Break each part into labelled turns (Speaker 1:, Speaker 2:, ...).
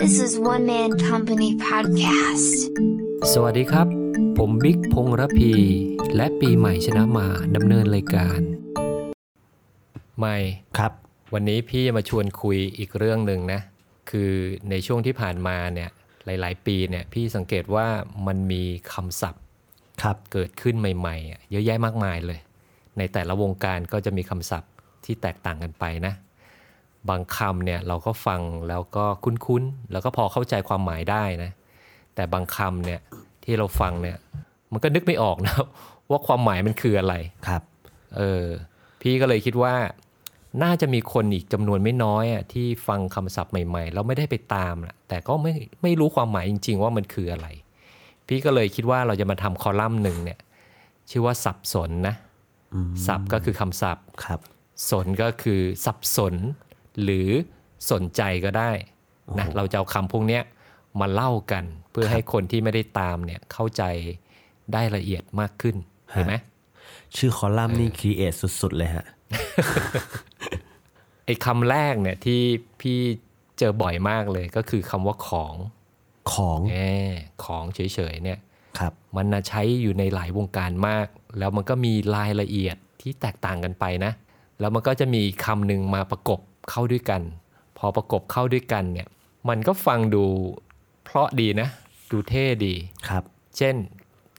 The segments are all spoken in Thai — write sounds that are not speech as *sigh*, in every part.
Speaker 1: This is One Man Company Podcast.
Speaker 2: สวัสดีครับ ผมบิ๊กพงษ์ระพี และปีใหม่ชนะมาดำเนินรายการ ใหม่
Speaker 3: ครับ
Speaker 2: วันนี้พี่จะมาชวนคุยอีกเรื่องหนึ่งนะ คือในช่วงที่ผ่านมาเนี่ยหลาย ๆ ปีเนี่ยพี่สังเกตว่ามันมีคำศัพท์
Speaker 3: ครับ
Speaker 2: เกิดขึ้นใหม่ๆอ่ะเยอะแยะมากมายเลย ในแต่ละวงการก็จะมีคำศัพท์ที่แตกต่างกันไปนะ บางคำเนี่ยเราก็ฟังแล้วก็คุ้นๆ แล้วก็พอเข้าใจความหมายได้นะ แต่บางคำเนี่ยที่เราฟังเนี่ยมันก็นึกไม่ออกนะ *laughs* ว่าความหมายมันคืออะไร
Speaker 3: ครับ
Speaker 2: เออพี่ก็เลยคิดว่า น่าจะมีคนอีกจำนวนไม่น้อยอะที่ฟังคำศัพท์ใหม่ๆ แล้วไม่ได้ไปตามน่ะแต่ก็ไม่ไม่รู้ความหมายจริง ๆ ว่ามันคืออะไร พี่ก็เลยคิดว่าเราจะมาทำคอลัมน์หนึ่งเนี่ยชื่อว่าสับสนนะสับก็คือคำศัพท์
Speaker 3: ครับ
Speaker 2: สนก็คือสับสน หรือสนใจก็ได้นะเราจะเอาคำพวกเนี้ยมาเล่ากันเพื่อให้คนที่ไม่ได้ตามเนี่ยเข้าใจได้ละเอียดมากขึ้นเห็นไหม
Speaker 3: ชื่อคอลัมน์นี่ครีเอทสุดๆ เลยฮะ
Speaker 2: ไอ้คำแรกเนี่ยที่พี่เจอบ่อยมากเลยก็คือคำว่าของ
Speaker 3: ของ
Speaker 2: แหมของเฉยๆเนี่ย
Speaker 3: ครับ
Speaker 2: มันน่ะใช้อยู่ในหลายวงการมาก แล้วมันก็มีรายละเอียดที่แตกต่างกันไปนะ แล้วมันก็จะมีคำหนึ่งมาประกบเข้าด้วยกัน พอประกบเข้าด้วยกันเนี่ยมันก็ฟังดูเพราะดีนะ ดูเท่ดี
Speaker 3: ครับ
Speaker 2: เช่น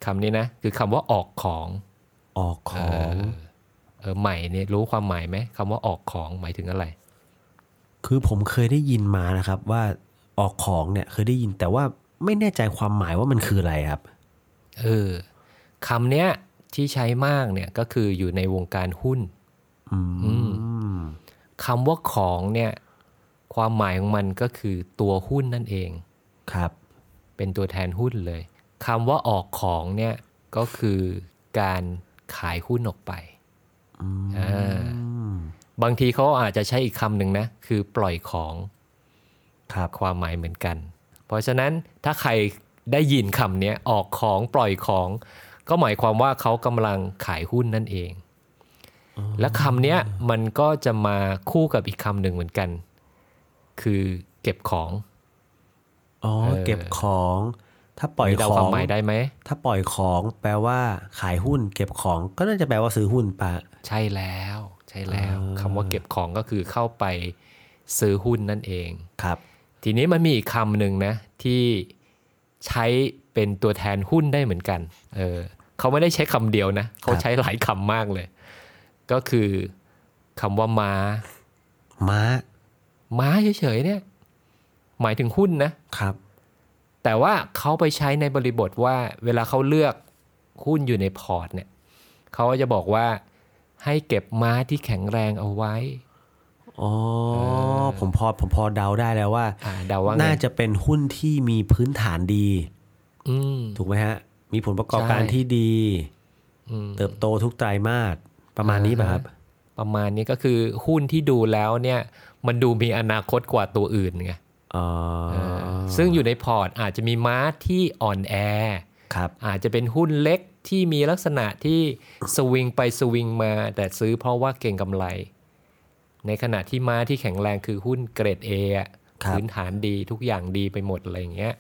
Speaker 2: คำนี้นะคือคำว่าออกของ
Speaker 3: ออกของ
Speaker 2: เออใหม่เนี่ยรู้ความหมายไหมคำว่าออกของหมายถึงอะไร
Speaker 3: คือผมเคยได้ยินมานะครับ ว่าออกของเนี่ยเคยได้ยินแต่ว่าไม่แน่ใจความหมายว่ามันคืออะไรครับ
Speaker 2: เออคำเนี้ยที่ใช้มากเนี่ยก็คืออยู่ในวงการหุ้นอืมคำว่าของเนี่ยความหมายของมันก็คือตัวหุ้นนั่นเอง
Speaker 3: ครับ
Speaker 2: เป็นตัวแทนหุ้นเลยคำว่าออกของเนี่ยก็คือการขายหุ้นออกไปอ่าบางทีเขาอาจจะใช้อีกคำหนึ่งนะคือปล่อยของ
Speaker 3: ครับ
Speaker 2: ความหมายเหมือนกัน เพราะฉะนั้นถ้าใครได้ยินคำเนี้ยออกของปล่อยของ ก็หมายความว่าเขากำลังขายหุ้นนั่นเอง และคำเนี้ยมันก็จะมาคู่กับอีกคำหนึ่งเหมือนกัน คือเก็บของ
Speaker 3: อ๋อ เก็บของ ถ้าปล่อย
Speaker 2: มีเดา
Speaker 3: ข
Speaker 2: ควา
Speaker 3: อ
Speaker 2: ม
Speaker 3: ง
Speaker 2: หมายได้ไหม
Speaker 3: ถ้าปล่อยของ แปลว่าขายหุ้น เก็บของ ก็น่าจะแปลว่าซื้อหุ้นปะ
Speaker 2: ใช่แล้วใช่แล้ว
Speaker 3: อ่า
Speaker 2: คำว่าเก็บของก็คือเข้าไปซื้อหุ้นนั่นเอง
Speaker 3: ครับ
Speaker 2: ทีนี้มันมีอีกคำหนึ่งนะ ที่ใช้เป็นตัวแทนหุ้นได้เหมือนกันเออเขาไม่ได้ใช้คำเดียวนะเขาใช้หลายคำมากเลย ก็คือคำว่าม้า
Speaker 3: ม้า
Speaker 2: ม้าเฉยๆเนี่ย หมายถึงหุ้นนะ
Speaker 3: ครับ
Speaker 2: แต่ว่าเขาไปใช้ในบริบทว่าเวลาเขาเลือกหุ้นอยู่ในพอร์ตเนี่ยเขาก็จะบอกว่าให้เก็บม้าที่แข็งแรงเอาไว้
Speaker 3: อ๋อ ผมพอ ผมพอเดาได้แล้วว่า
Speaker 2: อ่าเดาว่าไง
Speaker 3: น่าจะเป็นหุ้นที่มีพื้นฐานดี
Speaker 2: อืม
Speaker 3: ถูกไหมฮะ มีผลประกอบการ
Speaker 2: ใช่
Speaker 3: ที่ดี
Speaker 2: อืม
Speaker 3: เติบโตทุกไตรมาสประมาณนี้ป่ะครับ
Speaker 2: ประมาณนี้ก็คือหุ้นที่ดูแล้วเนี่ย มันดูมีอนาคตกว่าตัวอื่นไง
Speaker 3: อ๋อ
Speaker 2: เออซึ่งอยู่ในพอร์ตอาจจะมีม้าที่อ่อนแอ
Speaker 3: ครับ
Speaker 2: อาจจะเป็นหุ้นเล็กที่มีลักษณะที่สวิงไปสวิงมา แต่ซื้อเพราะว่าเก่งกำไร ในขณะที่ม้าที่แข็งแรงคือหุ้นเกรด A อะ
Speaker 3: ครับ
Speaker 2: พื้นฐานดีทุกอย่างดีไปหมดอะไรอย่างเงี้ย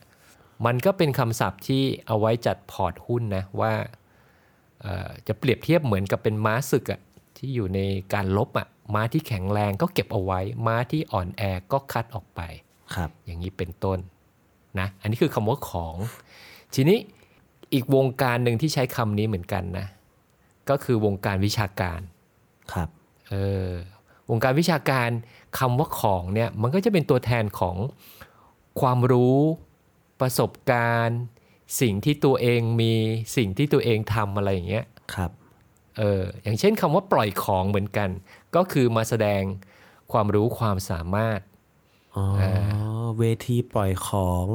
Speaker 2: มันก็เป็นคำศัพท์ที่เอาไว้จัดพอร์ตหุ้นนะว่าเอ่อจะเปรียบเทียบเหมือนกับเป็นม้าศึกอะที่อยู่ในการลบอะม้าที่แข็งแรงก็เก็บเอาไว้ ม้าที่อ่อนแอก็คัดออกไป
Speaker 3: ครับ
Speaker 2: อย่างนี้เป็นต้นนะ อันนี้คือคำว่าของ ทีนี้อีกวงการหนึ่งที่ใช้คำนี้เหมือนกันนะ ก็คือวงการวิชาการ
Speaker 3: ครับ
Speaker 2: เออวงการวิชาการคำว่าของเนี่ยมันก็จะเป็นตัวแทนของความรู้ประสบการณ์ สิ่งที่ตัวเองมีสิ่งที่ตัวเองทำอะไรอย่างเงี้ย
Speaker 3: ครับ
Speaker 2: เอออย่างเช่นคำว่าปล่อยของเหมือนกัน ก็คือมาแสดงความรู้ความสามารถ
Speaker 3: อ๋อ เวทีปล่อยของ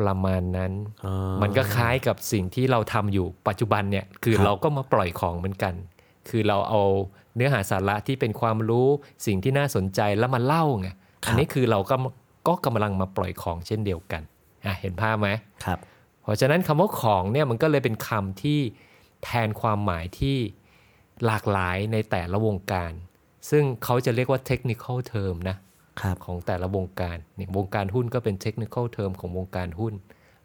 Speaker 2: ประมาณนั้น
Speaker 3: อ๋อ
Speaker 2: มันก็คล้ายกับสิ่งที่เราทำอยู่ปัจจุบันเนี่ย คือเราก็มาปล่อยของเหมือนกัน คือเราเอาเนื้อหาสาระที่เป็นความรู้สิ่งที่น่าสนใจแล้วมาเล่าไงอันนี้คือเราก็ก็กำลังมาปล่อยของเช่นเดียวกันอ่ะเห็นภาพไหม
Speaker 3: ครับ
Speaker 2: เพราะฉะนั้นคำว่าของเนี่ยมันก็เลยเป็นคำที่แทนความหมายที่หลากหลายในแต่ละวงการ ซึ่งเขาจะเรียกว่า technical term นะ
Speaker 3: ครับ
Speaker 2: ของแต่ละวงการเนี่ยวงการหุ้นก็เป็นเทคนิค l ลเทอมของวงการหุ้น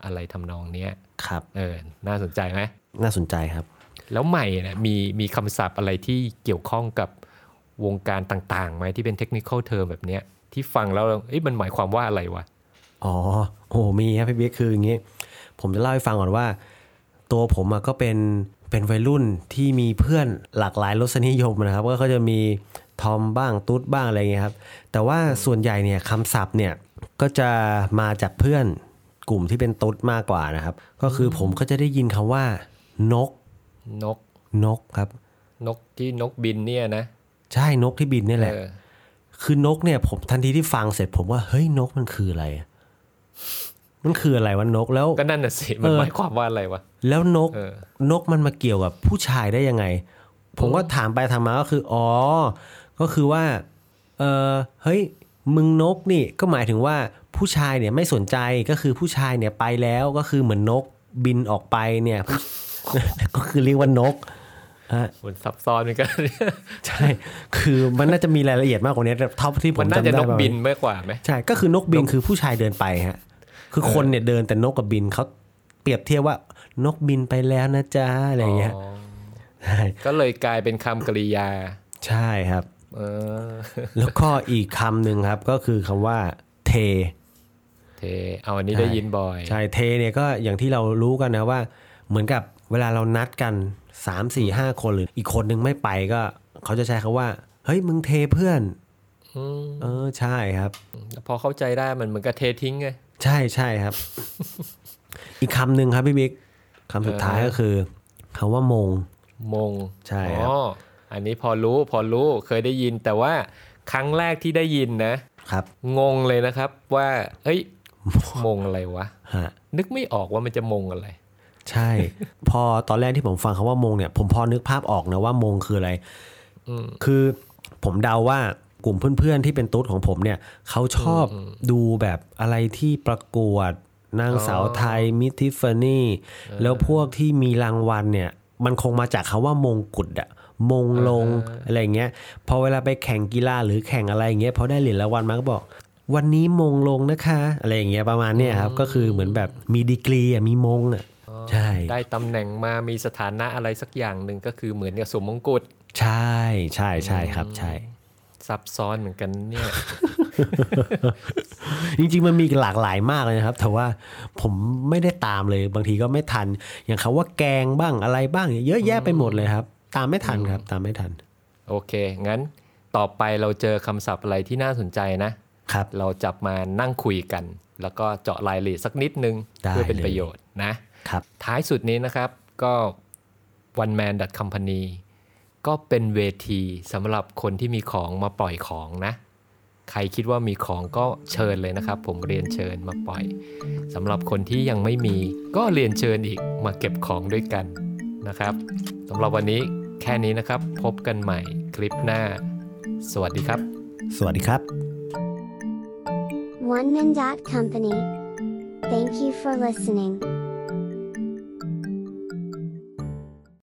Speaker 2: อะไรทำนองเนี้ย
Speaker 3: ครับ
Speaker 2: เออน่าสนใจไหม
Speaker 3: น่าสนใจครับ
Speaker 2: แล้วใหม่เนี่ยมีมีคำศัพท์อะไรที่เกี่ยวข้องกับวงการต่างๆไหมที่เป็นเทคนิค l ลเทอมแบบเนี้ยที่ฟังแล้วเอ๊ะมันหมายความว่าอะไรวะ
Speaker 3: อ๋อ โอ้ มีครับพี่เบียกคืออย่างงี้ ผมจะเล่าให้ฟังก่อนว่า ตัวผมอะก็เป็นเป็นวัยรุ่นที่มีเพื่อนหลากหลายรสนิยมนะครับ ก็เขาจะมีทอมบ้างตุ๊ดบ้างอะไรอย่างเงี้ยครับ แต่ว่าส่วนใหญ่เนี่ยคำศัพท์เนี่ยก็จะมาจากเพื่อนกลุ่มที่เป็นตุ๊ดมากกว่านะครับ ก็คือผมก็จะได้ยินคำว่า นก
Speaker 2: นก
Speaker 3: นกครับ
Speaker 2: นกที่นกบินเนี่ยนะ
Speaker 3: ใช่นกที่บินเนี่ยแหละ
Speaker 2: เออ
Speaker 3: คือนกเนี่ยผมทันทีที่ฟังเสร็จผมว่าเฮ้ยนกมันคืออะไรอะมันคืออะไรวะนกแล้ว
Speaker 2: ก็นั่นน่ะสิ มัน
Speaker 3: เออ
Speaker 2: หมายความว่าอะไรวะ
Speaker 3: แล้วนก
Speaker 2: เออ
Speaker 3: นกมันมาเกี่ยวกับผู้ชายได้ยังไง ผมก็ถามไปถามมาก็คือ อ๋อ ก็คือว่า เออเฮ้ย มึงนกนี่ก็หมายถึงว่าผู้ชายเนี่ยไม่สนใจก็คือผู้ชายเนี่ยไปแล้วก็คือเหมือนนกบินออกไปเนี่ย *laughs* ก็คือเรียกว่านกฮะ
Speaker 2: มันซับซ้อนเหมือนกัน
Speaker 3: ใช่ คือมันน่าจะมีรายละเอียดมากกว่านี้แต่เท่าที่ผ
Speaker 2: มั
Speaker 3: ม
Speaker 2: น
Speaker 3: จำ
Speaker 2: น่า
Speaker 3: ได้
Speaker 2: จะนก
Speaker 3: ประมาณ
Speaker 2: บินมากกว่าไหม
Speaker 3: ใช่ก็คือนกบินคือผู้ชายเดินไปฮะคือคนเนี่ยเดินแต่นกกับบินเขาเปรียบเทียบว่านกบินไปแล้วนะจ๊ะอะไรอย่างเงี้ยใช่
Speaker 2: ก็เลยกลายเป็นคำกริยา
Speaker 3: ใช่ครับ
Speaker 2: เออ *laughs*
Speaker 3: แล้วก็อีกคำหนึ่งครับก็คือคำว่าเท
Speaker 2: เท เอาอันนี้ได้ยินบ่อย
Speaker 3: ใช่เทเนี่ยก็อย่างที่เรารู้กันนะว่า เหมือนกับเวลาเรานัดกัน 3 4 5 คนหรืออีกคนนึงไม่ไปก็ เขาจะใช้คำว่า เฮ้ยมึงเทเพื่อน
Speaker 2: อืม
Speaker 3: เออใช่ครับ
Speaker 2: พอเข้าใจได้มันเหมือนกับเททิ้งไง
Speaker 3: ใช่ใช่ครับ อีกคำหนึ่งครับพี่บิ๊กคำสุดท้ายก็คือคำว่ามง
Speaker 2: มง
Speaker 3: ใช่ครับ
Speaker 2: อ๋อ อันนี้พอรู้พอรู้เคยได้ยิน แต่ว่าครั้งแรกที่ได้ยินนะ
Speaker 3: ครับ
Speaker 2: งงเลยนะครับว่า เอ้ย มงอะไรวะ
Speaker 3: ฮะ
Speaker 2: นึกไม่ออกว่ามันจะมงอะไร
Speaker 3: ใช่ พอตอนแรกที่ผมฟังคำว่ามงเนี่ย ผมพอนึกภาพออกนะว่ามงคืออะไรคือผมเดาว่ากลุ่มเพื่อนๆที่เป็นตุ๊ดของผมเนี่ยเขาชอบดูแบบอะไรที่ประกวดนางสาวไทยมิทิฟานี่แล้วพวกที่มีรางวัลเนี่ย มันคงมาจากคำว่ามงกุฎอะมงลงอะไรอย่างเงี้ยพอเวลาไปแข่งกีฬาหรือแข่งอะไรอย่างเงี้ยพอได้เหรียญรางวัลมาก็บอก วันนี้มงลงนะคะ อะไรอย่างเงี้ยประมาณเนี้ยครับ ก็คือเหมือนแบบมีดีกรีอ่ะมีมงอ่ะใช่
Speaker 2: ได้ตำแหน่งมามีสถานะอะไรสักอย่างหนึ่งก็คือเหมือนกับสวมมงกุฎ
Speaker 3: ใช่ใช่ใช่ครับใช่
Speaker 2: ซับซ้อนเหมือนกันเนี่ย
Speaker 3: จริงๆมันมีอีกหลากหลายมากเลยนะครับ แต่ว่าผมไม่ได้ตามเลยบางทีก็ไม่ทัน อย่างคำว่าแกงบ้างอะไรบ้างเนี่ยเยอะแยะไปหมดเลยครับ ตามไม่ทันครับ ตามไม่ทัน
Speaker 2: โอเค งั้นต่อไปเราเจอคำศัพท์อะไรที่น่าสนใจนะ
Speaker 3: ครับ
Speaker 2: เราจับมานั่งคุยกัน แล้วก็เจาะรายละเอียดสักนิดนึง
Speaker 3: ได้
Speaker 2: เพื่อเป็นประโยชน์นะ
Speaker 3: ครับ
Speaker 2: ท้ายสุดนี้นะครับก็ one man company ก็เป็นเวทีสำหรับคนที่มีของมาปล่อยของนะ ใครคิดว่ามีของก็เชิญเลยนะครับ ผมเรียนเชิญมาปล่อยสำหรับคนที่ยังไม่มีก็เรียนเชิญอีกมาเก็บของด้วยกันนะครับสำหรับวันนี้แค่นี้นะครับ พบกันใหม่คลิปหน้า สวัสดีครับ
Speaker 3: สวัสดีครับ
Speaker 1: OneMan.company. Thank you for listening.